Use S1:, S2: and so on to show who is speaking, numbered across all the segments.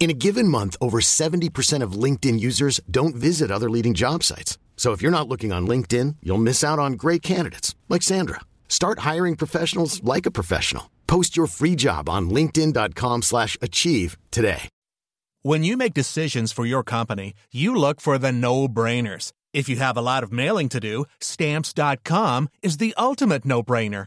S1: In a given month, over 70% of LinkedIn users don't visit other leading job sites. So if you're not looking on LinkedIn, you'll miss out on great candidates like Sandra. Start hiring professionals like a professional. Post your free job on linkedin.com/achieve slash achieve today.
S2: When you make decisions for your company, you look for the no-brainers. If you have a lot of mailing to do, stamps.com is the ultimate no-brainer.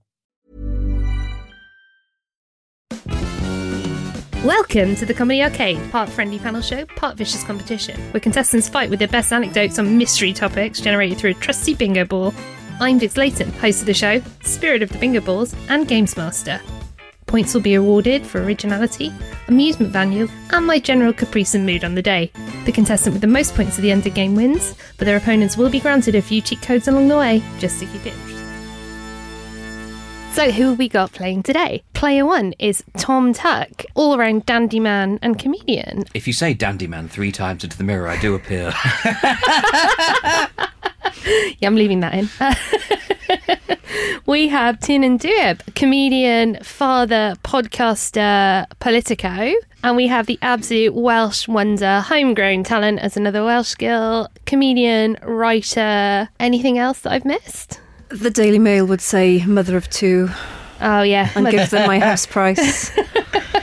S3: Welcome to the Comedy Arcade, part friendly panel show, part vicious competition, where contestants fight with their best anecdotes on mystery topics generated through a trusty bingo ball. I'm Vix Layton, host of the show, spirit of the bingo balls, and games master. Points will be awarded for originality, amusement value, and my general caprice and mood on the day. The contestant with the most points at the end of the game wins, but their opponents will be granted a few cheat codes along the way, just to keep it interesting. So, who have we got playing today? Player one is Tom Tuck, all around dandy man and comedian.
S4: If you say dandy man three times into the mirror, I do appear.
S3: Yeah, I'm leaving that in. we have Tin and Dueb, comedian, father, podcaster, politico. And we have the absolute Welsh wonder, homegrown talent as another Welsh girl, comedian, writer. Anything else that I've missed?
S5: The Daily Mail would say mother of two
S3: Oh, yeah.
S5: and give them my house price.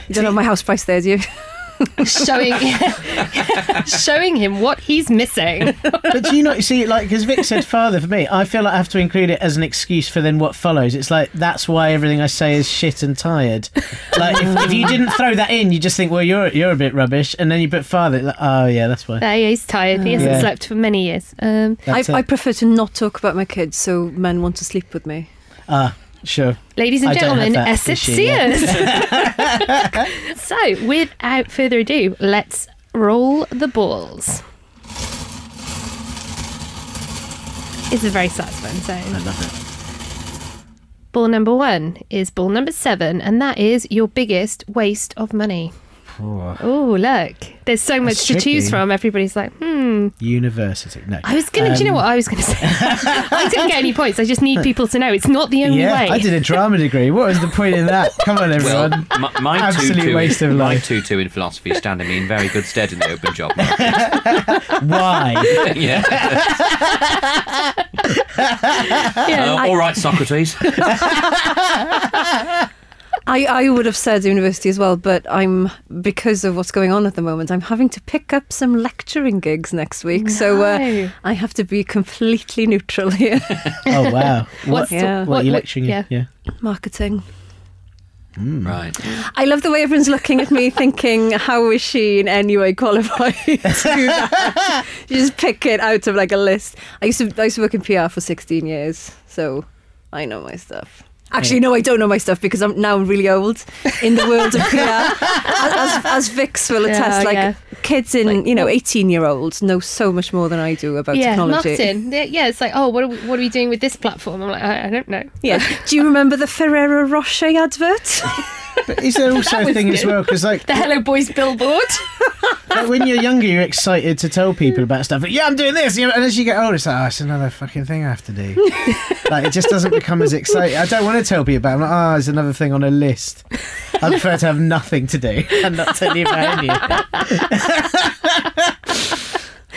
S5: you don't know my house price there, do you?
S3: showing, showing him what he's missing.
S6: But do you not see, like, because Vic said father for me, I feel like I have to include it as an excuse for then what follows. It's like, that's why everything I say is shit and tired. Like, if, if you didn't throw that in, you just think, well, you're you're a bit rubbish. And then you put father, like, oh, yeah, that's why.
S3: No, he's tired. He hasn't
S6: Oh, Yeah.
S3: slept for many years. Um,
S5: I,
S6: That's
S5: I
S6: it.
S5: prefer to not talk about my kids so men want to sleep with me.
S6: Ah, sure.
S3: Ladies and
S6: I don't have
S3: gentlemen,
S6: that
S3: Essex
S6: issue, yeah.
S3: Sears. so, without further ado, let's roll the balls. It's a very satisfying sound. I love it. Ball number one is ball number seven, and that is your biggest waste of money. Oh, look. There's so much to
S6: tricky.
S3: choose from. Everybody's like, hmm.
S6: University. No.
S3: I was going to, do you know what I was going to say? I didn't get any points. I just need people to know it's not the only
S6: yeah,
S3: way.
S6: I did a drama degree. What was the point in that? Come on,
S4: well,
S6: everyone.
S4: my, my
S6: Absolute
S4: tutu
S6: waste
S4: in,
S6: of
S4: my
S6: life.
S4: tutu in philosophy is standing me in very good stead in the open job. market.
S6: Why?
S4: yeah.
S3: Yeah.
S4: Uh, all right, Socrates.
S6: Hmm.
S5: I, I would have said university as well, but I'm because of what's going on at the moment, I'm having to pick up some lecturing gigs next week. So uh,
S3: No.
S5: I have to be completely neutral here.
S6: Oh, wow.
S3: What's
S6: What,
S3: the-
S5: yeah.
S6: what are you
S3: what-
S6: lecturing in?
S3: yeah.
S6: yeah.
S5: Marketing.
S4: right.
S5: I love the way everyone's looking at me, thinking, "How is she in any way qualified?" to do that? you just pick it out of like a list. I used to I used to work in PR for 16 years, so I know my stuff. Actually, no, I don't know my stuff because I'm now I'm really old in the world of PR. as, as, as Vix will
S3: Yeah,
S5: attest, like
S3: yeah.
S5: kids in you know 18 year olds know so much more than I do about
S3: yeah,
S5: Oh, technology.
S3: Martin. Yeah, Yeah, it's like, oh, what are we, what are we doing with this platform? I'm like, I, I don't know.
S5: Yeah. Do you remember the Ferrero Rocher advert?
S6: But is there also a
S3: was
S6: thing as
S3: good.
S6: well? Because, like,
S3: The Hello Boys billboard.
S6: Like when you're younger, you're excited to tell people about stuff. Like, yeah, I'm doing this. you know, And as you get older, it's like, oh, it's another fucking thing I have to do. like, it just doesn't become as exciting. I don't want to tell people about it. I'm like, oh, it's another thing on a list. I prefer to have nothing to do and not tell you about any of it.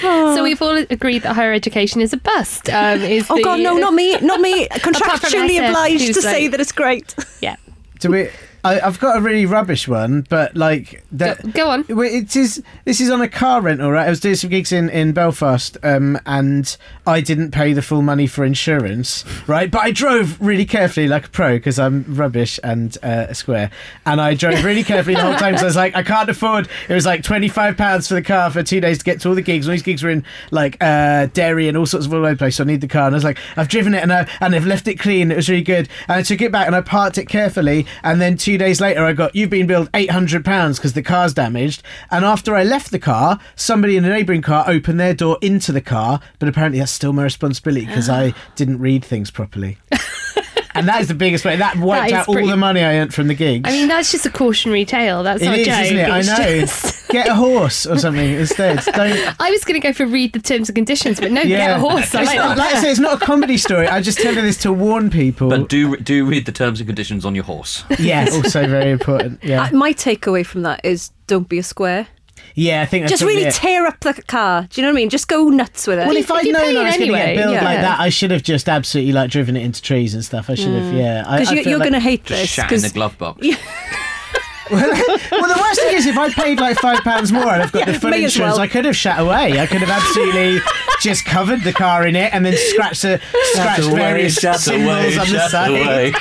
S6: Oh.
S3: so we've all agreed that higher education is a bust. Um, is
S5: oh
S3: the-
S5: God, no, not me, not me.
S3: from
S5: Contractually
S3: myself,
S5: obliged
S3: who's
S5: to say
S3: like-
S5: that it's great.
S3: Yeah.
S6: Do we, I, I've got a really rubbish one, but like that.
S3: Go- go on.
S6: Well, It is. This is on a car rental, right? I was doing some gigs in in Belfast, um, and I didn't pay the full money for insurance, right? But I drove really carefully, like a pro, because I'm rubbish and uh, a square. And I drove really carefully the whole time. So I was like, I can't afford. It was like twenty five pounds for the car for two days to get to all the gigs. All these gigs were in like uh, Derry and all sorts of all over the place. So I need the car, and I was like, I've driven it, and I and I've left it clean. It was really good. And I took it back and I parked it carefully. And then two days later, I got you've been billed eight hundred pounds because the car's damaged. And after I left the car, somebody in a neighbouring car opened their door into the car, but apparently that's still my responsibility because I didn't read things properly. and that is the biggest way. That wiped
S3: is
S6: out all
S3: pretty-
S6: the money I earned from the gigs.
S3: I mean, that's just a cautionary tale. That's
S6: it
S3: not
S6: is,
S3: a joke.
S6: isn't it? I
S3: It's
S6: know.
S3: just-
S6: Get a horse or something instead. Don't.
S3: I was going to go for read the terms and conditions, but no, get a horse. I
S6: It's
S3: like
S6: not,
S3: that.
S6: like I say, it's not a comedy story. I'm just telling this to warn people.
S4: But do do read the terms and conditions on your horse.
S6: yeah, also very important. Yeah,
S5: Uh, my takeaway from that is don't be a square.
S6: yeah. I think that's
S5: Just
S6: probably
S5: really
S6: it.
S5: tear up the car. Do you know what I mean? Just go nuts with it.
S6: Well, if
S3: if
S6: I'd
S3: you
S6: known
S3: pay
S6: I
S3: it
S6: was going to
S3: anyway,
S6: get billed like
S3: yeah.
S6: that, I should have just absolutely like driven it into trees and stuff. I should have, yeah. I-
S5: Because
S6: I
S5: you,
S6: feel
S5: you're
S6: like-
S5: going to hate
S4: Just
S5: this.
S4: shat in the
S5: 'cause-
S4: glove box.
S6: well, the worst thing is, if I paid like five pounds more and I've got the full
S5: may as
S6: insurance,
S5: well.
S6: I could have shat away. I could have absolutely just covered the car in it and then scratched the scratched various symbols on the side.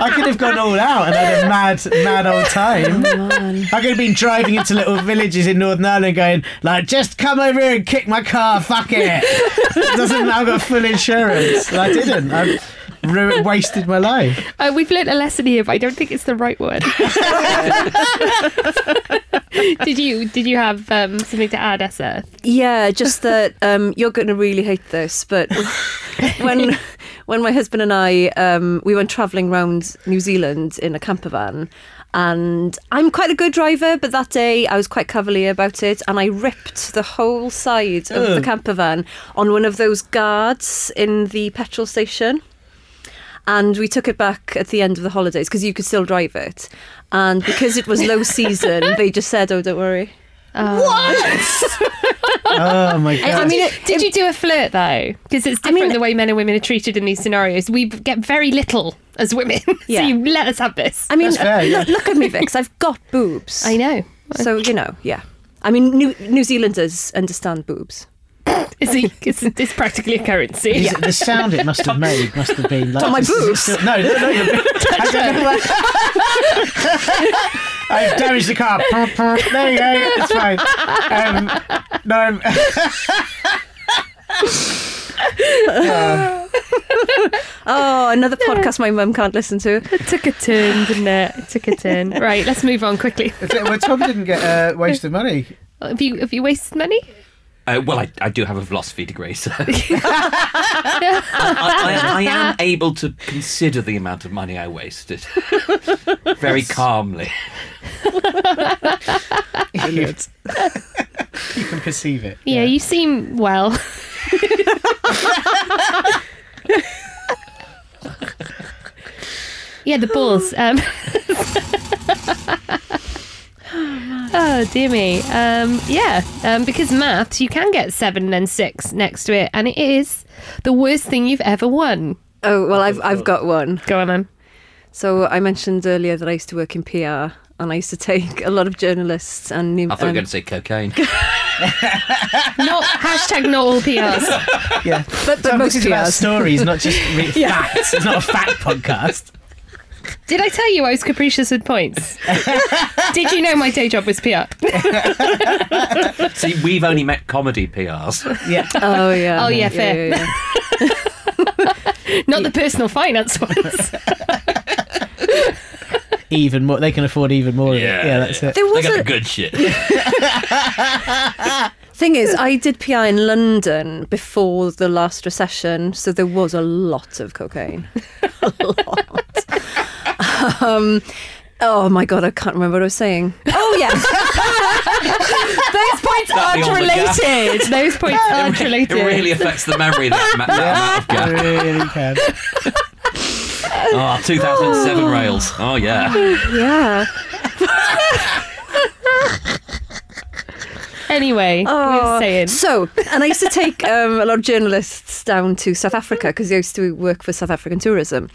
S6: I could have gone all out and had a mad, mad old time.
S5: Oh,
S6: I could have been driving into little villages in Northern Ireland, going like, "Just come over here and kick my car, fuck it." Doesn't I've got full insurance? And I didn't. I ru- wasted my life.
S3: Uh, we've learnt a lesson here, but I don't think it's the right word. did you Did you have um, something to add, Essa?
S5: Yeah, just that um, you're going to really hate this, but when when my husband and I um, we went travelling around New Zealand in a camper van, and I'm quite a good driver, but that day I was quite cavalier about it, and I ripped the whole side of the camper van on one of those guards in the petrol station and we took it back at the end of the holidays because you could still drive it. And because it was low season, they just said, "Oh, don't worry."
S6: Oh my
S5: I
S3: Uh,
S6: god!
S5: mean, it,
S3: Did you do a flirt though? Because it's different the way men and women are treated in these scenarios. We get very little as women,
S5: Yeah.
S3: so you let us have this.
S5: I mean,
S6: fair, yeah.
S5: look, look at me, Vix. I've got boobs.
S3: I know.
S5: So you know, yeah. I mean, New, New Zealanders understand boobs.
S3: It's, a, it's, it's practically a currency.
S6: Is it- the sound it must have made must have been like
S5: my
S6: this is
S5: boobs.
S6: still- no, no, no. Your boobs. I don't know why- I've damaged the car. Purr, purr. There you go. It's fine. Um, no, I'm- Uh,
S5: Oh, another podcast my mum can't listen to.
S3: It took a turn, didn't it? It took a turn. right, let's move on quickly.
S6: well, Tom didn't get uh, wasted money.
S3: Have you have you wasted money?
S4: Uh, well, I, I do have a philosophy degree, so I, I, I am able to consider the amount of money I wasted very calmly.
S6: you can perceive it.
S3: Yeah, you seem well. yeah, the balls. Um. oh dear me. Um, yeah, um, because maths, you can get seven and then six next to it, and it is the worst thing you've ever won.
S5: Oh well, I've I've got one.
S3: Go on, man.
S5: So I mentioned earlier that I used to work in PR, and I used to take a lot of journalists and new.
S4: I thought you were
S5: um,
S4: going to say cocaine.
S3: Not hashtag not all PRs.
S6: Yeah,
S5: but, but most
S6: this is about
S5: PRs.
S6: stories, not just re- facts. It's not a fact podcast.
S3: Did I tell you I was capricious with points? Did you know my day job was PR?
S4: See, we've only met comedy PRs.
S6: Yeah,
S5: Oh yeah.
S3: Oh, yeah, fair.
S5: yeah, yeah.
S3: Not the personal finance ones.
S6: even more. They can afford even more. of it. yeah that's it.
S5: There
S4: They
S5: was
S4: got
S5: a,
S4: the good shit.
S5: Thing is, I did PR in London before the last recession, so there was a lot of cocaine. a lot. Um, oh my god, I can't remember what I was saying. Oh yes, those points
S4: That'd be
S5: aren't
S4: on the gap.
S5: related.
S3: Those points aren't
S4: It
S3: related.
S4: really affects the memory that, ma- that amount of gas.
S6: Really can.
S4: Oh, 2007 rails. Oh, yeah.
S5: Yeah.
S3: Anyway, we were saying
S5: Oh. So, and I used to take um, a lot of journalists down to South Africa because I used to work for South African tourism.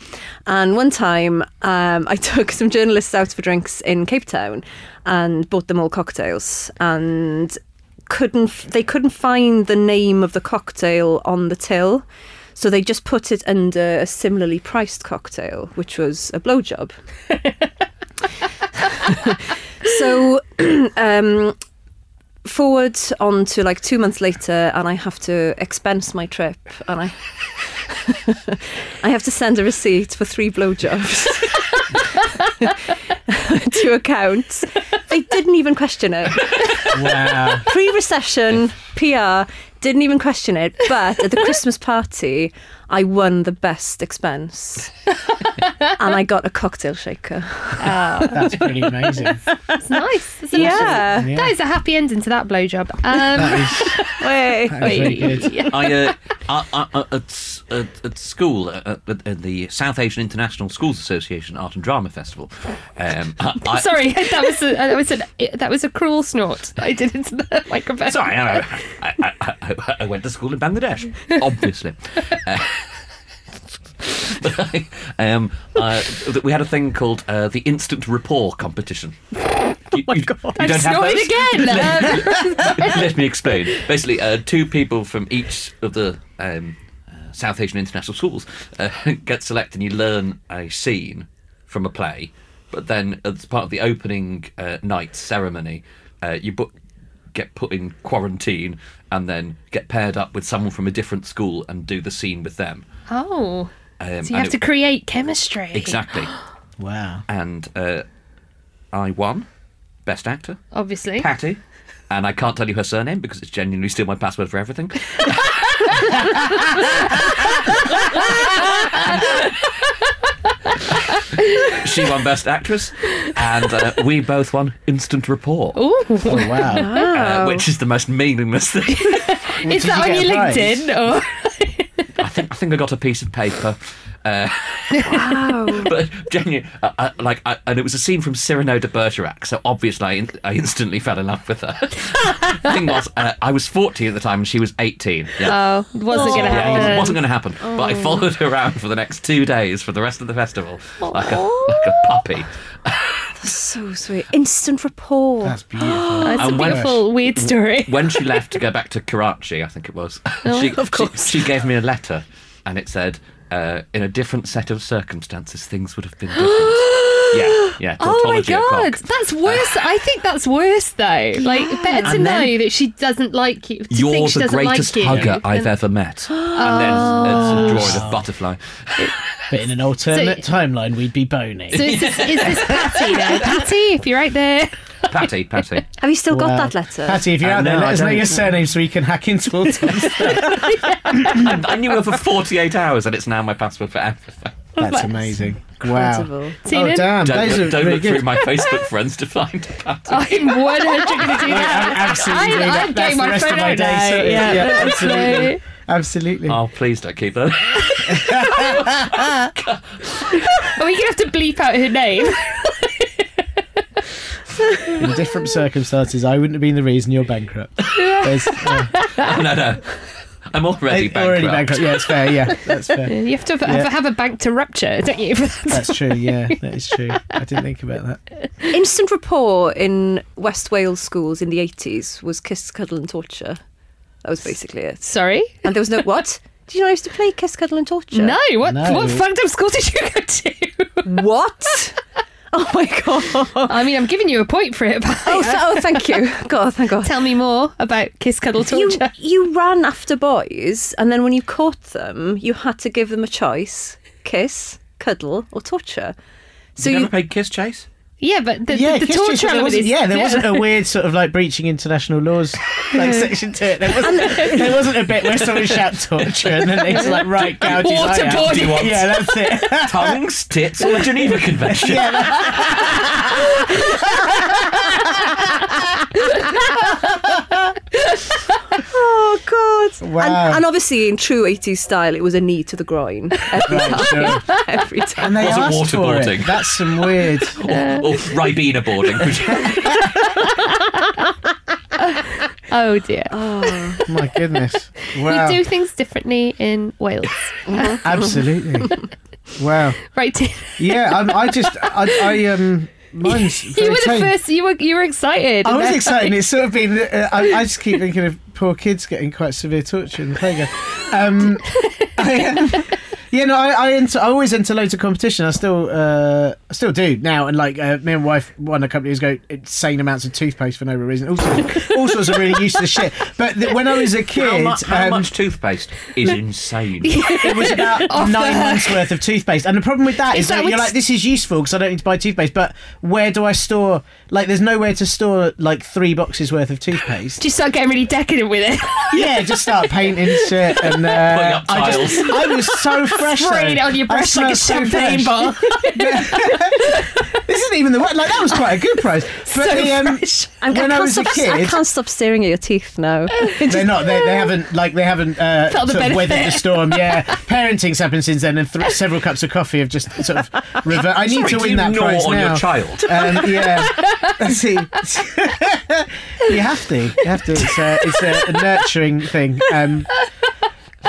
S5: And one time um, I took some journalists out for drinks in Cape Town and bought them all cocktails. And couldn't f- they couldn't find the name of the cocktail on the till, so they just put it under a similarly priced cocktail, which was a blowjob. so um, forward on to like two months later, and I have to expense my trip, and I I have to send a receipt for three blowjobs. to accounts. They didn't even question it
S6: Wow.
S5: pre recession PR, didn't even question it. But at the Christmas party, I won the best expense. and I got a cocktail shaker.
S6: That's pretty amazing.
S3: It's nice. It's a-
S5: Yeah.
S3: That is a happy ending to that blowjob. Um,
S5: Wait.
S6: That was very good.
S4: I, uh, I, I, I- at, s- at, at school, uh, at, at at the South Asian International Schools Association Art and Drama Festival. Um, I, I,
S3: sorry, that was a, uh, that was a that was a cruel snort that I did into the microphone.
S4: Sorry, I, I, I, I, I went to school in Bangladesh, obviously. Uh, um, uh, th- we had a thing called uh, the instant rapport competition. You, oh my God.
S3: I'm snorting again. Um,
S4: Let me explain. Basically, uh, two people from each of the um, uh, South Asian international schools uh, get selected, and you learn a scene from a play. But then, as part of the opening uh, night ceremony, uh, you bu- get put in quarantine and then get paired up with someone from a different school and do the scene with them.
S3: oh, so
S4: Um,
S3: you
S4: and
S3: have
S4: it-
S3: to create chemistry.
S4: exactly.
S6: Wow.
S4: And uh, I won best actor.
S3: Obviously.
S4: Patty. And I can't tell you her surname because it's genuinely still my password for everything. she won Best Actress, and uh, we both won Instant Rapport,
S3: Ooh.
S6: Oh, wow.
S4: uh, which is the most meaningless thing.
S3: Is
S6: did
S3: that on
S6: you
S3: your
S6: get a prize?
S3: LinkedIn? Or?
S4: I think I think I got a piece of paper. Uh, but genuinely, uh, uh, like, I, and it was a scene from Cyrano de Bergerac, so obviously I, in, I instantly fell in love with her. the thing was, uh, I was 40 at the time and she was 18. Yeah.
S3: Oh, it wasn't going to
S4: Yeah,
S3: happen.
S4: it wasn't going to happen. But I followed her around for the next two days for the rest of the festival, like a, like a puppy.
S5: So sweet. Instant rapport.
S6: That's beautiful.
S3: That's a
S4: And when-
S3: beautiful, weird story.
S4: When she left to go back to Karachi, I think it was,
S3: Oh,
S4: she,
S5: of course.
S4: she, she gave me a letter and it said, uh, in a different set of circumstances, things would have been different. yeah, yeah.
S3: Oh my
S4: tautology at
S3: god,
S4: cock.
S3: that's worse. I think that's worse though. Like better to
S4: And then-
S3: know that she doesn't like you. To
S4: You're
S3: think she
S4: the
S3: doesn't
S4: greatest
S3: like you, Oh.
S4: hugger I've
S3: than-
S4: ever met. and then it's a drawing of butterfly.
S6: But in an alternate timeline, we'd be boning.
S3: So is this, is this Patty there? Patty, if you're out there.
S4: Patty, Patty.
S5: Have you still
S6: Wow.
S5: got that letter?
S6: Patty, if you're
S4: Uh,
S6: out there,
S4: no,
S6: let
S4: I
S6: us know
S4: don't.
S6: your surname so we can hack into all That's
S4: I, I knew her for 48 hours and it's now my password for everything.
S6: amazing. Wow.
S5: Incredible.
S3: Seen
S6: oh,
S3: it?
S6: damn.
S4: Don't,
S6: Those
S4: look,
S6: are
S4: don't
S6: really
S4: look
S6: good.
S4: through my Facebook friends to find Patty.
S3: I'm 100 going to do that.
S6: I'm absolutely
S3: I-
S6: doing
S3: I'm
S6: that. That's
S3: getting
S6: the
S3: my
S6: rest of
S3: phone
S6: my
S3: out
S6: day.
S3: now.
S6: So,
S3: Yeah.
S6: absolutely. Absolutely.
S4: Oh, please don't keep that.
S3: Are we going to Oh, have to bleep out her name?
S6: In different circumstances, I wouldn't have been the reason you're bankrupt. There's, uh,
S4: Oh, no, no. I'm already bankrupt.
S6: already bankrupt. Yeah, it's fair. Yeah, that's fair.
S3: You have to have, have, have a bank to rupture, don't you?
S6: That's true. Yeah, that is true. I didn't think about that.
S5: Instant rapport in West Wales schools in the 80s was kiss, cuddle, and torture. That was basically it.
S3: Sorry?
S5: And there was no what? Did you know I used to play kiss, cuddle, and torture?
S3: No, what,
S6: No.
S3: what fucked up school did you go to?
S5: What? oh my god.
S3: I mean, I'm giving you a point for it, but
S5: Oh, th- oh, thank you. God, thank God.
S3: tell me more about kiss, cuddle,
S5: you,
S3: torture.
S5: you ran after boys, and then when you caught them, you had to give them a choice kiss, cuddle, or torture. So
S4: You
S5: you.
S4: never played Kiss Chase?
S3: Yeah, but the,
S6: Yeah,
S3: the, the
S6: kiss
S3: torture
S6: chase, but there
S3: element
S6: wasn't,
S3: is.
S6: yeah, there wasn't a weird sort of like breaching international laws like section to it. There wasn't, there wasn't a bit where someone shout torture and then it's like right gouges. eye out.
S3: Waterboarding. Do you want-
S6: Yeah, that's it.
S4: Tongues, tits, or the Geneva Convention?
S5: Oh, God.
S6: Wow.
S5: And, and obviously, in true 80s style, it was a knee to the groin every
S6: Right,
S5: time.
S6: sure.
S5: Every time.
S6: And they
S4: Wasn't
S6: asked for it.
S4: waterboarding.
S6: That's some weird. oh
S4: Or, or Ribena boarding? which-
S3: Oh dear.
S6: My goodness. Wow.
S3: We do things differently in Wales.
S6: Absolutely. wow.
S3: right. you
S6: Yeah, I'm, I just, I, I um, mine's very
S3: were the
S6: tame.
S3: first. You were you were excited.
S6: I
S3: and
S6: was
S3: then-
S6: excited. It's sort of been. Uh, I, I just keep thinking of poor kids getting quite severe torture in the playground. Um, I, um, yeah, no, I I, enter, I always enter loads of competition. I still uh, I still do now, and like uh, me and wife won a couple of years ago insane amounts of toothpaste for no real reason. All sorts, all sorts of really useless shit. But th- when I was a kid,
S4: How, much, how
S6: um,
S4: much toothpaste is insane?
S6: it was about nine months worth of toothpaste. And the problem with that
S3: Is
S6: is,
S3: that
S6: that,
S3: what
S6: you're
S3: you-
S6: like, this is useful because I don't need to buy toothpaste. But where do I store? Like, there's nowhere to store like three boxes worth of toothpaste.
S3: Do you start getting really decadent with it?
S6: yeah, just start painting shit and uh,
S4: up
S6: I just
S4: tiles.
S6: I was so fresh. though.
S3: Spraying it on your
S6: I
S3: breast like a
S6: smelled so
S3: champagne
S6: fresh.
S3: bottle.
S6: This isn't even the word. Like that was quite a good price. But the, um,
S5: I'm,
S6: when I,
S5: can't
S6: was a
S5: stop, I
S6: kid,
S5: can't stop staring at your teeth now.
S6: they're not. They, they haven't like they haven't uh,
S3: Felt the
S6: sort of weathered the
S3: benefit.
S6: storm. Yeah, parenting's happened since then, and th- several cups of coffee have just sort of rever I need
S4: Sorry,
S6: to
S4: do
S6: win
S4: you
S6: that
S4: gnaw
S6: prize
S4: on
S6: now.
S4: your child.
S6: Um, yeah, That's it. you have to. You have to. It's a, it's a, a nurturing thing. Um,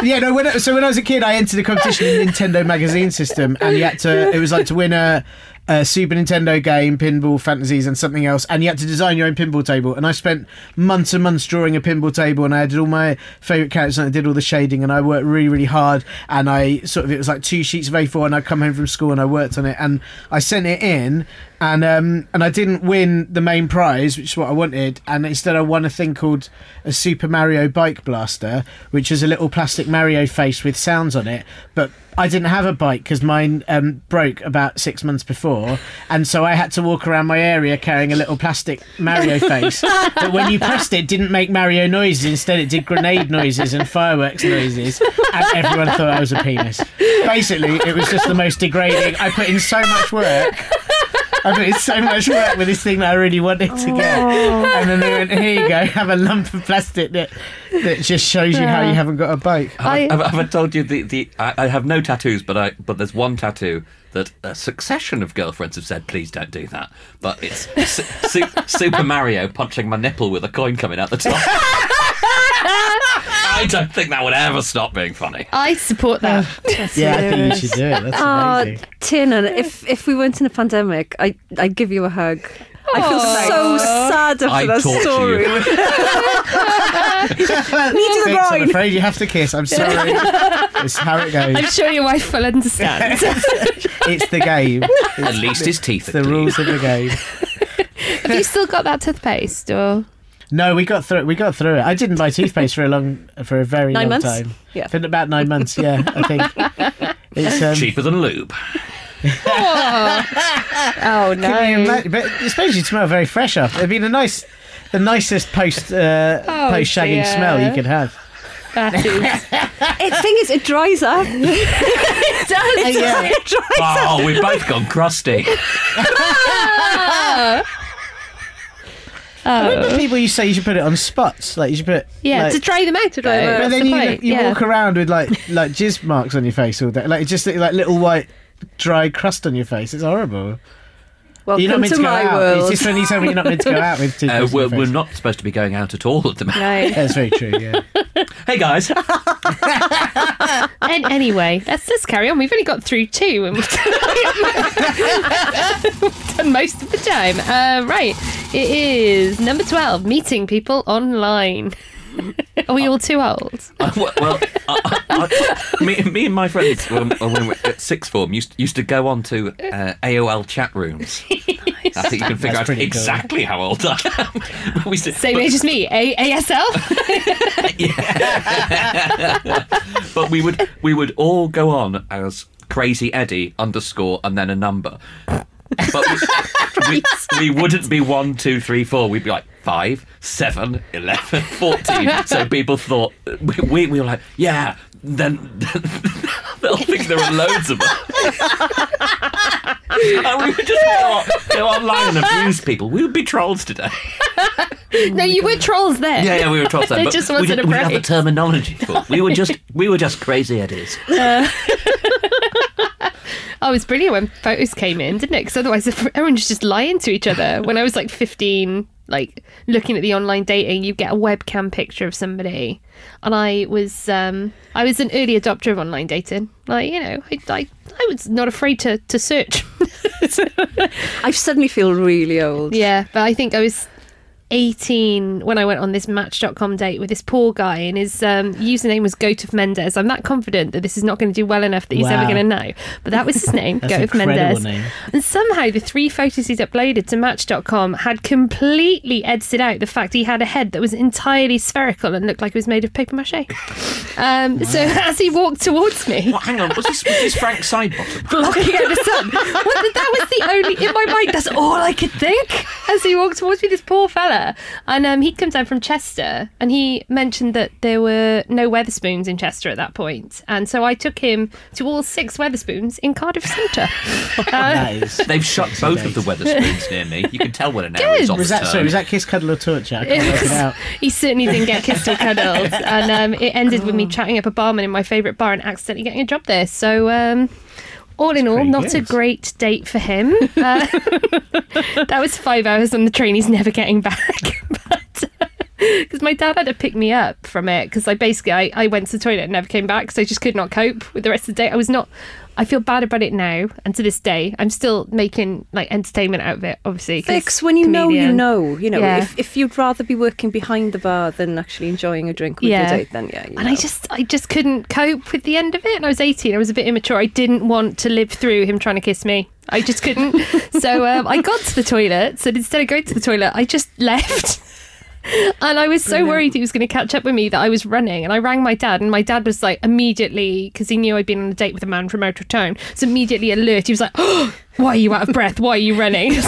S6: yeah, no. When I, so when I was a kid, I entered a competition in the Nintendo magazine system, and you had to. It was like to win a, a Super Nintendo game, pinball fantasies, and something else, and you had to design your own pinball table. And I spent months and months drawing a pinball table, and I did all my favorite characters, and I did all the shading, and I worked really, really hard. And I sort of it was like two sheets of A4, and I'd come home from school and I worked on it, and I sent it in, and um, and I didn't win the main prize, which is what I wanted, and instead I won a thing called a Super Mario Bike Blaster, which is a little plastic Mario face with sounds on it. But I didn't have a bike because mine um, broke about six months before, and so I had to walk around my area carrying a little plastic Mario face. But when you pressed it, it didn't make Mario noises. Instead, it did grenade noises and fireworks noises, and everyone thought I was a penis. Basically, it was just the most degrading. I put in so much work. I put in so much work with this thing that I really wanted to
S5: Oh.
S6: get. And then they went, here you go, have a lump of plastic that, that just shows you how you haven't got a bike.
S4: Have I,
S3: I-
S4: have, I- have I told you the, the I, I have no tattoos, but I but there's one tattoo that a succession of girlfriends have said, please don't do that. But it's su- su- Super Mario punching my nipple with a coin coming out the top. I don't think that would ever stop being funny.
S3: I support that.
S6: Yeah, I think you should do it. That's
S5: Oh,
S6: amazing.
S5: Tiernan, if if we weren't in a pandemic, I I'd give you a hug. I feel
S3: Aw.
S5: so sad after
S4: I
S5: that
S4: torture
S5: story.
S4: you.
S5: to the
S6: Thanks, I'm
S5: groin.
S6: afraid you have to kiss. I'm sorry. it's how it
S3: I'm
S6: goes.
S3: sure your wife will understand.
S6: It's the game.
S4: At least his teeth
S6: It's
S4: are
S6: the
S4: clean.
S6: rules of the game.
S3: Have you still got that toothpaste or?
S6: No, we got through. it. We got through it. I didn't buy toothpaste for a long, for a very
S5: Nine
S6: long
S5: months?
S6: time.
S5: Yeah.
S6: for about nine months. Yeah, I think it's um,
S4: Cheaper than lube.
S3: Oh no!
S6: Can you imagine? But I suppose you'd smell very fresh after. It'd be the nice, the nicest post uh,
S3: Oh,
S6: post shagging
S3: dear.
S6: smell you could have.
S3: That is-
S5: The thing is, it dries up.
S3: It does.
S6: Yeah.
S5: It dries
S4: Oh, we've both gone crusty.
S6: Remember people used to say you should put it on spots, like you should put
S3: Yeah,
S6: like-
S3: to dry them out. To dry them out.
S6: but
S3: That's
S6: then
S3: the
S6: you,
S3: point.
S6: you
S3: yeah.
S6: walk around with like like jizz marks on your face all day, like it just look like little white dry crust on your face. It's horrible.
S5: Welcome
S6: you're not meant
S5: to,
S6: to, go
S5: my
S6: out.
S5: world.
S6: It's just when you tell me you're not meant to go out with.
S4: Uh,
S6: toothpaste on
S4: we're,
S6: your
S4: we're
S6: face.
S4: not supposed to be going out at all at the moment. Uh,
S5: No.
S6: That's very true. Yeah.
S4: Hey guys,
S3: An- anyway, let's let's carry on. We've only got through two, and we've done, we've done most of the time. Uh, right, it is number twelve. Meeting people online. Are we all too old?
S4: Uh, well, well, I, I, I, me, me and my friends when, when we were at sixth form used, used to go on to uh, AOL chat rooms. I think you can figure
S6: That's
S4: out
S6: pretty cool.
S4: exactly how old I am. But we used to-
S3: Same
S4: but,
S3: age as me. A- ASL.
S4: but we would we would all go on as Crazy Eddie underscore and then a number. But we, we, we wouldn't be one, two, three, four. We'd be like five, seven, eleven, fourteen. So people thought we, we, we were like, yeah. Then they'll think there are loads of us. and we would just go, on, go online and abuse people. We would be trolls today.
S3: no, you were trolls then.
S4: Yeah, yeah, we were trolls. Then,
S3: There
S4: but
S3: just
S4: we
S3: wasn't
S4: didn't,
S3: a
S4: we didn't have
S3: break.
S4: the terminology for it. We were just we were just crazy eddies.
S3: Oh, it was brilliant when photos came in, didn't it? Because otherwise, if- everyone was just lying to each other. When I was like 15, like looking at the online dating, you get a webcam picture of somebody. And I was um, I was an early adopter of online dating. Like you know, I I, I was not afraid to to search.
S5: I suddenly feel really old.
S3: yeah, but I think I was. 18 when I went on this match.com date with this poor guy and his um, username was Goat of Mendez. I'm that confident that this is not going to do well enough that he's never
S6: Wow.
S3: going to know. But that was his name,
S6: That's
S3: Goat of
S6: incredible
S3: Mendez.
S6: name.
S3: And somehow the three photos he's uploaded to Match.com had completely edited out the fact he had a head that was entirely spherical and looked like it was made of paper mache. Um, So as he walked towards me,
S4: Well, hang on, was this, was this Frank Sidebottom?
S3: blocking out the sun, what, that was the only in my mind. That's all I could think as he walked towards me. This poor fella, and um, he'd come down from Chester, and he mentioned that there were no Weatherspoons in Chester at that point, and so I took him to all six Weatherspoons in Cardiff Centre.
S6: That is.
S4: They've shut both of the Weatherspoons near me. You can tell when an hour is off
S6: Was that
S4: turn.
S6: sorry? Was that kiss, cuddle, or torture? I can't work it out.
S3: he certainly didn't get kissed or cuddled. And um, it ended with
S5: Oh.
S3: me chatting up a barman in my favourite bar and accidentally getting a job there. So, um, all in all,
S6: pretty
S3: not a
S6: good.
S3: great date for him. Uh, that was five hours on the train. He's never getting back. but because my dad had to pick me up from it because I basically I, I went to the toilet and never came back because I just could not cope with the rest of the day. I was not. I feel bad about it now, and to this day, I'm still making like entertainment out of it. Obviously, 'cause
S5: Fix when you know you
S3: comedian.
S5: know. You know,
S3: Yeah.
S5: if, if you'd rather be working behind the bar than actually enjoying a drink with
S3: Yeah.
S5: your date, then yeah. You
S3: and I
S5: know.
S3: just I just couldn't cope with the end of it. And I was 18. I was a bit immature. I didn't want to live through him trying to kiss me. I just couldn't. so um, I got to the toilet. So instead of going to the toilet, I just left. And I was so worried he was going to catch up with me that I was running. And I rang my dad, and my dad was like immediately because he knew I'd been on a date with a man from out of town. So immediately alert, he was like, "Oh, why are you out of breath? Why are you running?"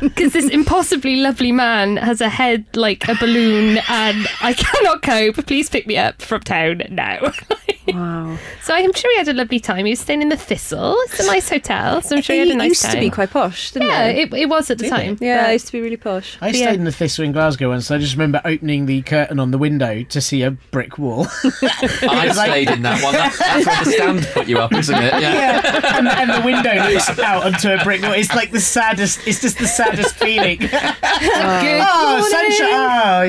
S3: Because this impossibly lovely man has a head like a balloon, and I cannot cope. Please pick me up from town now.
S5: wow.
S3: so I'm sure he had a lovely time. He was staying in the Thistle. It's a nice hotel, so I'm sure he had a
S5: It
S3: nice
S5: used
S3: time.
S5: to be quite posh, didn't
S3: yeah,
S5: it?
S3: it, it was at the time.
S5: yeah,
S3: But-
S5: it used to be really posh.
S6: I stayed
S3: yeah.
S6: in the Thistle in Glasgow once. I just remember opening the curtain on the window to see a brick wall.
S4: I stayed in that one. That's, that's where the stand put you up, isn't it? Yeah.
S6: yeah, and, and the window looks out onto a brick wall. It's like the saddest. It's just the saddest feeling.
S3: Good
S6: oh,
S3: morning.
S6: sunshine! Oh,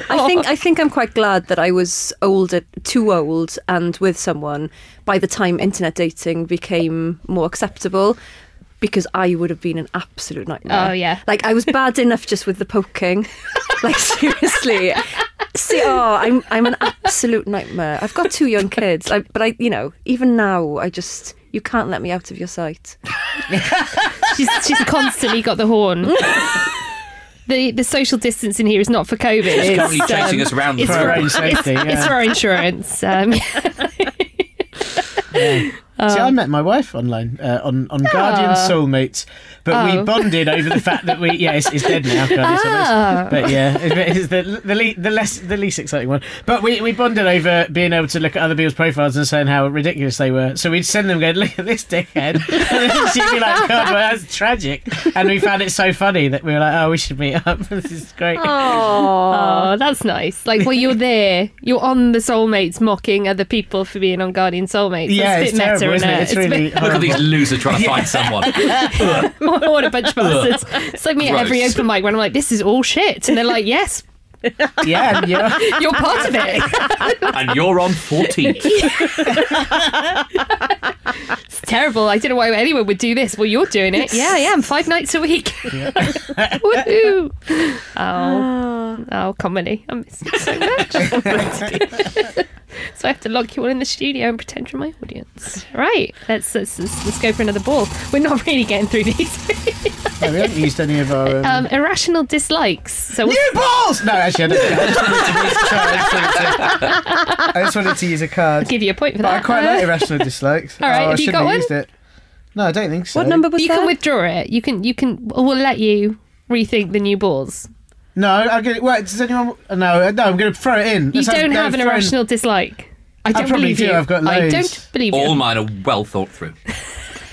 S6: yeah.
S5: I think I think I'm quite glad that I was older, too old, and with someone by the time internet dating became more acceptable. Because I would have been an absolute nightmare.
S3: Oh, yeah.
S5: Like I was bad enough just with the poking. like seriously. See, oh, I'm I'm an absolute nightmare. I've got two young kids, I, but I, you know, even now, I just you can't let me out of your sight.
S3: She's, she's constantly got the horn. The, the social distance in here is not for COVID. It's
S4: currently chasing us around
S3: It's
S4: for
S3: for,
S4: our
S6: own
S3: it's-
S6: safety,
S3: it's
S6: yeah.
S3: for our insurance. Um,
S6: See, I met my wife online uh, on on Guardian
S3: Ah.
S6: Soulmates, but we
S3: Oh. Ah.
S6: bonded over the fact that we yeah it's, it's dead now. Guardian Soulmates. But yeah, it- it's the the, le- the less the least exciting one. But we, we bonded over being able to look at other people's profiles and saying how ridiculous they were. So we'd send them going look at this dickhead, and then she'd be like, God, well, that's tragic. And we found it so funny that we were like, oh, we should meet up. this is great. Uh,
S3: oh, that's nice. Like, well, you're there. You're on the soulmates mocking other people for being on Guardian Soulmates.
S6: yeah,
S3: that's
S6: it's
S3: a bit meta,
S6: terrible, isn't
S3: innit?
S6: it? It's really
S3: a
S4: Look at
S6: horrible.
S4: these losers trying to find someone.
S3: bit, what a bunch of bastards. It's like me at every
S4: Gross.
S3: open mic when I'm like, this is all shit. And they're like, yes,
S6: yeah, and you're-
S3: you're part of it.
S4: And you're on 14th.
S3: It's terrible. I don't know why anyone would do this. Well, you're doing it. Yeah, I am. Five nights a week. Woohoo. Oh, oh, comedy. I miss it so much. so I have to lock you all in the studio and pretend you're my audience. Right. Let's let's, let's, let's go for another ball. We're not really getting through these.
S6: no, we haven't used any of our. Um,
S3: um, irrational dislikes. So
S6: New balls! No, actually, I, don't, I, just wanted to use a card. I just wanted to- I just wanted to use a card.
S3: give you a point for
S6: But
S3: that.
S6: I quite
S3: Uh,
S6: like irrational dislikes.
S3: All right,
S6: oh, I
S3: have you
S6: shouldn't
S3: got
S6: have
S3: one?
S6: used it. No, I don't think so.
S5: What number was
S3: You
S5: that?
S3: can withdraw it. You can. You can. We'll let you rethink the new balls.
S6: No, I'm gonna. Wait, does anyone? No, uh, no, I'm gonna throw it in.
S3: You
S6: Let's
S3: don't
S6: no,
S3: have an
S6: throw in-
S3: irrational dislike. I don't
S6: probably
S3: believe
S6: do,
S3: you.
S6: I've got
S3: I
S6: loads.
S3: don't believe
S4: All
S3: you.
S4: mine are well thought through.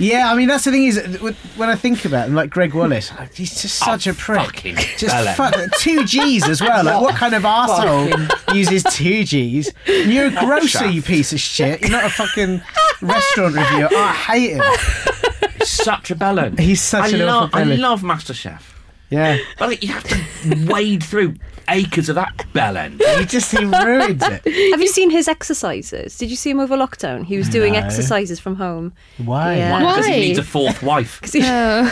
S6: Yeah, I mean that's the thing is uh, when I think about him, like Greg Wallace, like, he's just such
S4: Oh,
S6: a prick.
S4: fucking
S6: just
S4: bellend.
S6: fuck,
S3: eh?
S6: two G's as well. Like what kind of arsehole uses two G's? And You're a grocer, you piece of shit. You're not a fucking restaurant reviewer. Oh, I hate him.
S4: Such a bellend.
S6: He's such
S4: I
S6: an
S4: love,
S6: awful
S4: I
S6: bellend.
S4: love MasterChef.
S6: Yeah.
S4: But like, you have to wade through acres of that bell end.
S6: He just he ruined it.
S5: Have you seen his exercises? Did you see him over lockdown? He was doing
S6: No.
S5: exercises from home.
S6: Why?
S5: Yeah.
S4: Because
S3: Why?
S4: he needs a fourth wife.
S5: 'Cause he,
S3: Uh,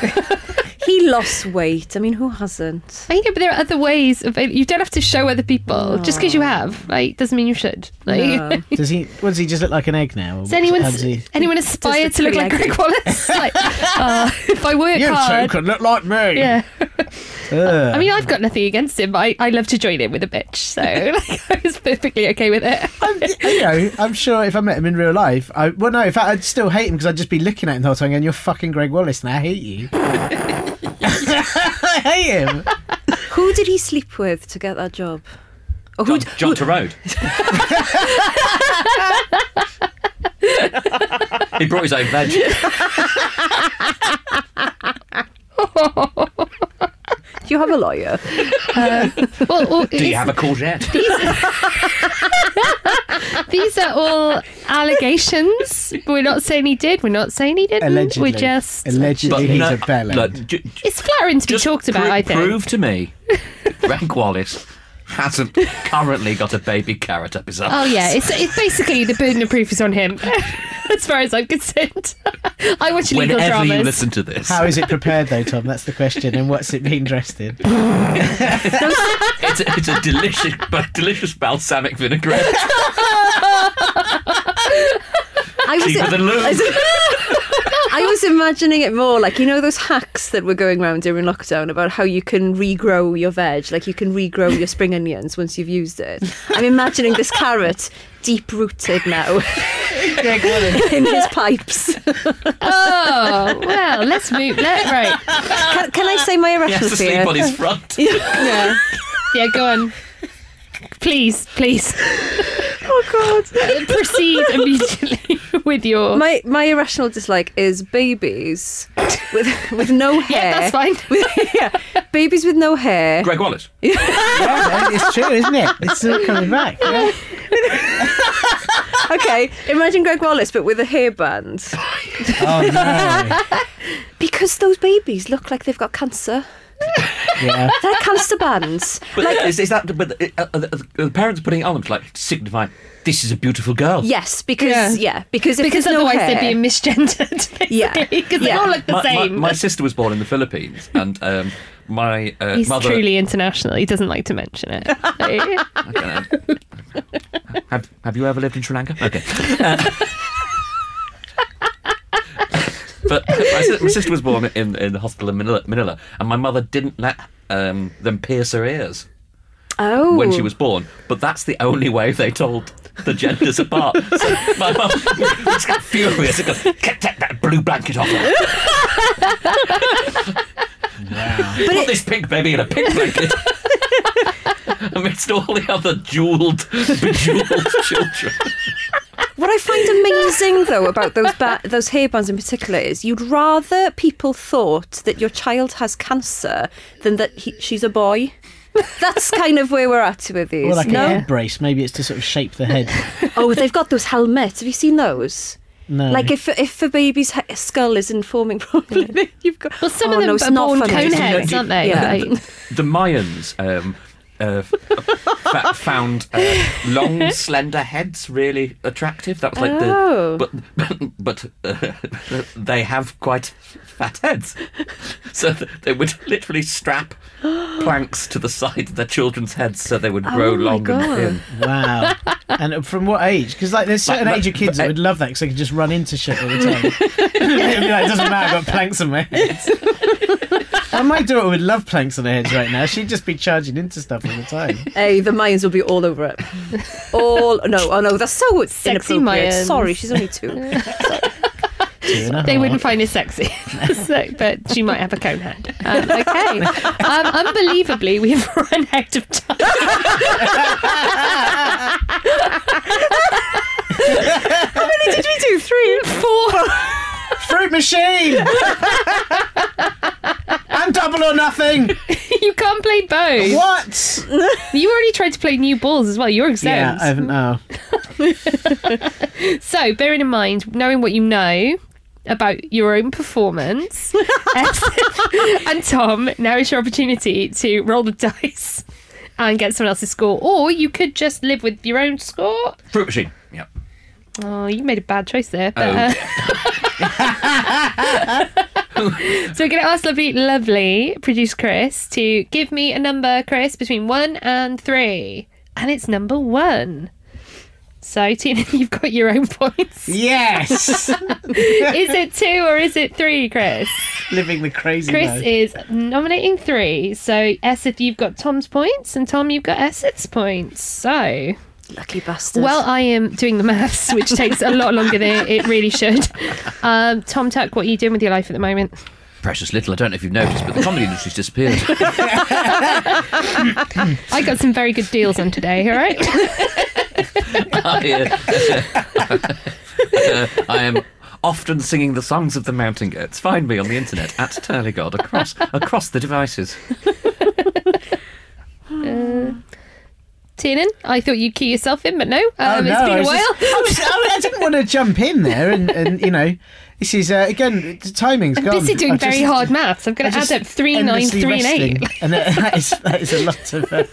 S5: he lost weight. I mean, who hasn't?
S3: I know, but there are other ways of. uh, You don't have to show other people. Just because you have, like, doesn't mean you should. Like,
S5: No.
S6: Does he? What does he just look like an egg now?
S3: Does anyone,
S6: How does he-
S3: anyone aspire
S5: look
S3: to look
S5: pretty
S3: like Greg Wallace? like, uh, if I work
S6: You two
S3: hard.
S6: can look like me.
S3: Yeah.
S6: Ugh.
S3: I mean, I've got nothing against him, but I, I love to join in with a bitch, so like, I was perfectly okay with it.
S6: Um, you know, I'm sure if I met him in real life, I well, no, in fact, I'd still hate him because I'd just be looking at him the whole time going, "You're fucking Greg Wallace, and I hate you." I hate him.
S5: Who did he sleep with to get that job? Or who,
S4: John,
S5: d-
S4: John Turode. he brought his own veg.
S5: do you have a lawyer?
S3: Well, all,
S4: Do you have a courgette?
S3: these are all allegations. We're not saying he did. We're not saying he didn't.
S6: Allegedly,
S3: We're just.
S6: allegedly he's a bellend.
S4: look, ju- ju-
S3: It's flattering to be
S4: just
S3: talked about,
S4: pro-
S3: I think.
S4: Prove to me that Greg Wallace hasn't currently got a baby carrot up his
S3: Oh
S4: ass.
S3: yeah, it's, it's basically the burden of proof is on him, as far as I'm concerned. I watch legal
S4: Whenever
S3: dramas.
S4: you listen to this,
S6: How is it prepared though, Tom? That's the question. And what's it been dressed in?
S4: it's, a, it's a delicious, but delicious balsamic vinaigrette.
S5: I was,
S4: Cheaper than lube.
S5: I was imagining it more like, you know, those hacks that were going around during lockdown about how you can regrow your veg, like you can regrow your spring onions once you've used it. I'm imagining this carrot deep rooted now
S6: Greg Wallace.
S5: in his pipes.
S3: Oh well, let's move. Let, right,
S5: Can, can I say my
S4: He has
S5: irrational
S4: to sleep on his front.
S5: fear? yeah.
S3: yeah, go on. Please, please. Oh God! Proceed immediately with your.
S5: My my irrational dislike is babies with with no hair.
S3: yeah, that's fine.
S5: With- yeah, babies with no hair.
S4: Greg Wallace.
S6: Yeah, it's true, isn't it? It's still coming back. yeah.
S5: Okay, imagine Greg Wallace but with a hairband.
S6: Oh no.
S5: Because those babies look like they've got cancer.
S6: Yeah.
S5: They're cancer bands.
S4: But is, is that? But uh, uh, uh, the parents putting it on them to like signify this is a beautiful girl.
S5: Yes, because yeah,
S3: Yeah.
S5: because if
S3: because
S5: there's no
S3: otherwise
S5: hair,
S3: they're being misgendered.
S5: Yeah.
S3: because they
S5: Yeah.
S3: all look the
S4: My, my,
S3: same.
S4: my sister was born in the Philippines, and um, my uh,
S3: He's
S4: mother
S3: truly international. He doesn't like to mention it.
S4: Uh, have Have you ever lived in Sri Lanka? Okay. Uh, but my, si- my sister was born in in the hospital in Manila, Manila and my mother didn't let um, them pierce her ears
S5: oh,
S4: when she was born. But that's the only way they told the genders apart. So my mum was furious. and goes, Get that, that blue blanket off her. Put this pink baby in a pink blanket. Amidst all the other jeweled, bejeweled children.
S5: What I find amazing though about those ba- those hairbands in particular is you'd rather people thought that your child has cancer than that he- she's a boy. That's kind of where we're at with these.
S6: Well, like
S5: no,
S6: a head brace. Maybe it's to sort of shape the head.
S5: oh, they've got those helmets. Have you seen those?
S6: No.
S5: Like if if a baby's he- skull isn't forming properly, then you've got.
S3: well, some
S5: oh,
S3: of them
S5: no,
S3: are
S5: it's not
S3: born
S5: funny.
S3: cone heads,
S4: do-
S3: aren't they?
S5: yeah.
S3: Like-
S4: The Mayans um, uh, fa- found uh, long, slender heads really attractive. That was like
S5: Oh.
S4: the but but uh, they have quite fat heads, so th- they would literally strap planks to the side of their children's heads so they would grow
S5: Oh my
S4: long
S5: God.
S4: and thin.
S6: Wow. And from what age? Because like there's certain
S4: Like,
S6: age of kids that
S4: like-
S6: would love that because they could just run into shit all the time. It'd be like, it doesn't matter, I've got planks on my head. and my daughter would love planks on her heads right now. She'd just be charging into stuff all the time.
S5: Hey, the Mayans will be all over it. All no, oh no, that's so
S3: Sexy
S5: inappropriate.
S3: Mayans.
S5: Sorry, she's only two.
S6: Two and a
S3: They
S6: half.
S3: wouldn't find it sexy, so, but she might have a cone head. Um, okay. Um, unbelievably, we've run out of time.
S5: How many did we do? Three, four.
S6: Fruit machine. and double or nothing.
S3: You can't play both.
S6: What?
S3: You already tried to play new balls as well. You're
S6: Yeah,
S3: exempt.
S6: I haven't. Oh,
S3: so, bearing in mind, knowing what you know, about your own performance. and Tom, now is your opportunity to roll the dice and get someone else's score, or you could just live with your own score.
S4: Fruit machine. Yep.
S3: Oh, you made a bad choice there. But, uh,
S4: Oh,
S3: uh, so we're going to ask lovely, lovely producer Chris to give me a number, Chris, between one and three, and it's number one. So Tina, you've got your own points.
S6: Yes,
S3: is it two or is it three, Chris?
S6: living the crazy
S3: Chris
S6: life.
S3: is nominating three. So Esseth, you've got Tom's points, and Tom, you've got Esseth's points. So
S5: Lucky bastard.
S3: well, I am doing the maths, which takes a lot longer than it really should. Um, Tom Tuck, what are you doing with your life at the moment?
S4: Precious little. I don't know if you've noticed, but the comedy industry's disappeared.
S3: I got some very good deals on today. All right.
S4: I, uh, I am often singing the songs of the mountain goats. Find me on the internet at Turligod across across the devices.
S3: Tiernan, I thought you'd key yourself in, but no. Um,
S6: Oh, no,
S3: it's been
S6: I
S3: a
S6: was
S3: while.
S6: just- Oh, I, was- I- I didn't want to jump in there, and, and you know, this is uh, again the timing's
S3: I'm
S6: gone.
S3: busy doing
S6: I've
S3: very
S6: just-
S3: hard maths. I'm
S6: I
S3: going to
S6: just
S3: add up three, nine,
S6: endlessly
S3: three, and eight.
S6: resting. And that, that is that is a lot of. Uh,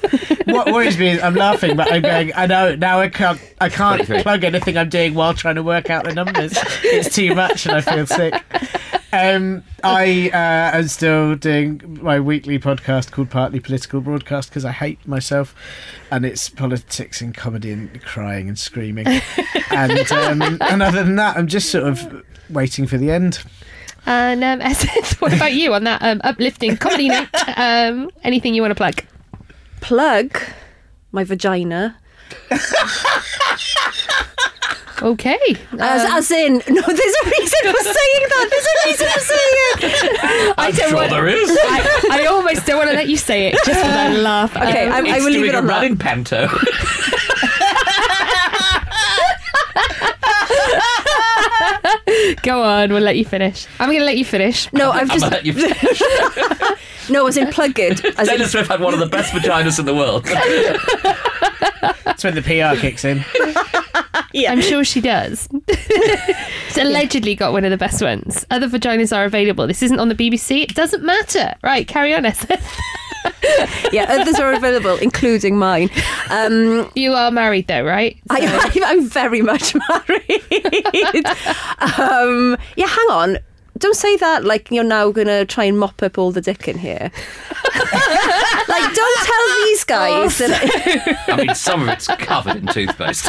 S6: what worries me is I'm laughing, but I'm going. I know now I can't. I can't
S4: 23.
S6: plug anything I'm doing while trying to work out the numbers. it's too much, and I feel sick. Um, I uh, am still doing my weekly podcast called Partly Political Broadcast because I hate myself, and it's politics and comedy and crying and screaming. and um, and other than that, I'm just sort of waiting for the end.
S3: And um, Essence, what about you on that um, uplifting comedy note? Um, anything you want to plug?
S5: plug my vagina.
S3: Okay.
S5: As,
S3: Um.
S5: as in, no, there's a reason for saying that. There's a reason for saying it.
S3: I
S4: I'm sure there is.
S3: I, I almost don't want to let you say it just for that laugh.
S5: Okay, I, I
S4: it's
S5: will leave
S4: doing
S5: it
S4: a
S5: on
S4: run
S5: that.
S4: in panto.
S3: Go on, we'll let you finish. I'm going to let you finish.
S5: No, I've just
S4: But you've-
S5: no, as in plug it. As in,
S4: Taylor Swift had one of the best vaginas in the world.
S6: That's when the PR kicks in.
S3: I'm sure she does. It's allegedly got one of the best ones. Other vaginas are available. This isn't on the BBC. It doesn't matter. Right, carry on, Essence.
S5: yeah, others are available, including mine. Um,
S3: You are married though, right?
S5: I, I'm very much married. um, yeah, hang on. Don't say that like you're now going to try and mop up all the dick in here. like, don't tell
S3: Oh.
S5: these guys that.
S4: I mean, some of it's covered in toothpaste.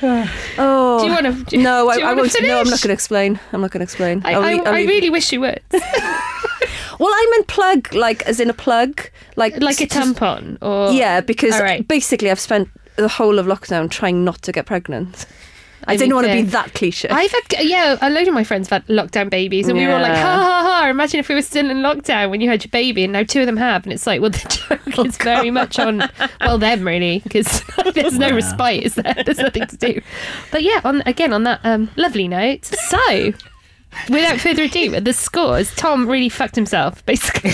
S5: Oh.
S3: Do you want to? do-
S5: no,
S3: do
S5: I,
S3: you
S5: I
S3: wanna
S5: won't. No, I'm
S3: finish?
S5: not going to explain. I'm not going to explain.
S3: I,
S5: I'll
S3: I,
S5: leave- I'll
S3: I
S5: leave-
S3: really wish you would,
S5: Well, I meant plug, like as in a plug, like
S3: like a
S5: just-
S3: tampon or
S5: Yeah, because
S3: All right.
S5: basically I've spent the whole of lockdown trying not to get pregnant. I,
S3: I
S5: didn't
S3: mean,
S5: want to be
S3: fair.
S5: that cliche.
S3: I've had yeah, a load of my friends have had lockdown babies, and we were all like,
S5: Yeah.
S3: ha ha ha! Imagine if we were still in lockdown when you had your baby, and now two of them have, and it's like, well, the
S5: Oh,
S3: joke is very much on well them really, because there's no respite, is there? There's nothing to do. But yeah, on again on that um, lovely note, so. Without further ado, the scores. Tom really fucked himself, basically.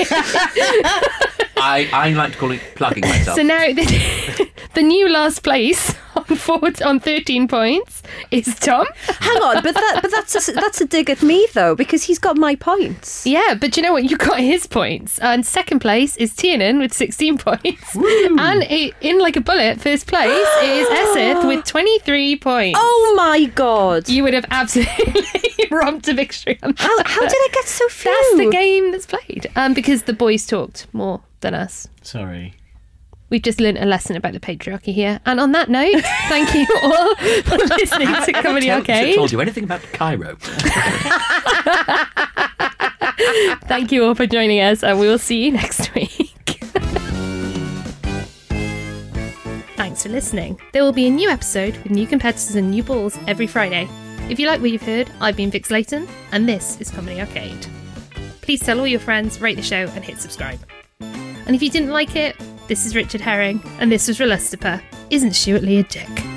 S4: I, I like to call it plugging myself.
S3: So now the, the new last place on four, on thirteen points is Tom.
S5: Hang on, but that but that's a, that's a dig at me though because he's got my points.
S3: Yeah, but you know what? You got his points. And second place is Tiernan with 16 points. And i- in like a bullet, first place is Esseth with 23 points.
S5: Oh my god!
S3: You would have absolutely romped a victory on that.
S5: how, how did I get so few?
S3: That's the game that's played. Um, because the boys talked more than us.
S6: Sorry.
S3: We've just learnt a lesson about the patriarchy here. And on that note, thank you all for listening to Comedy
S4: Tell-
S3: Arcade.
S4: Told you anything about Cairo?
S3: Thank you all for joining us, and we will see you next week. Thanks for listening. There will be a new episode with new competitors and new balls every Friday. If you like what you've heard, I've been Vix Layton, and this is Comedy Arcade. Please tell all your friends, rate the show, and hit subscribe. And if you didn't like it, this is Richard Herring, and this was Relustipa. Isn't Stuart Lee a dick?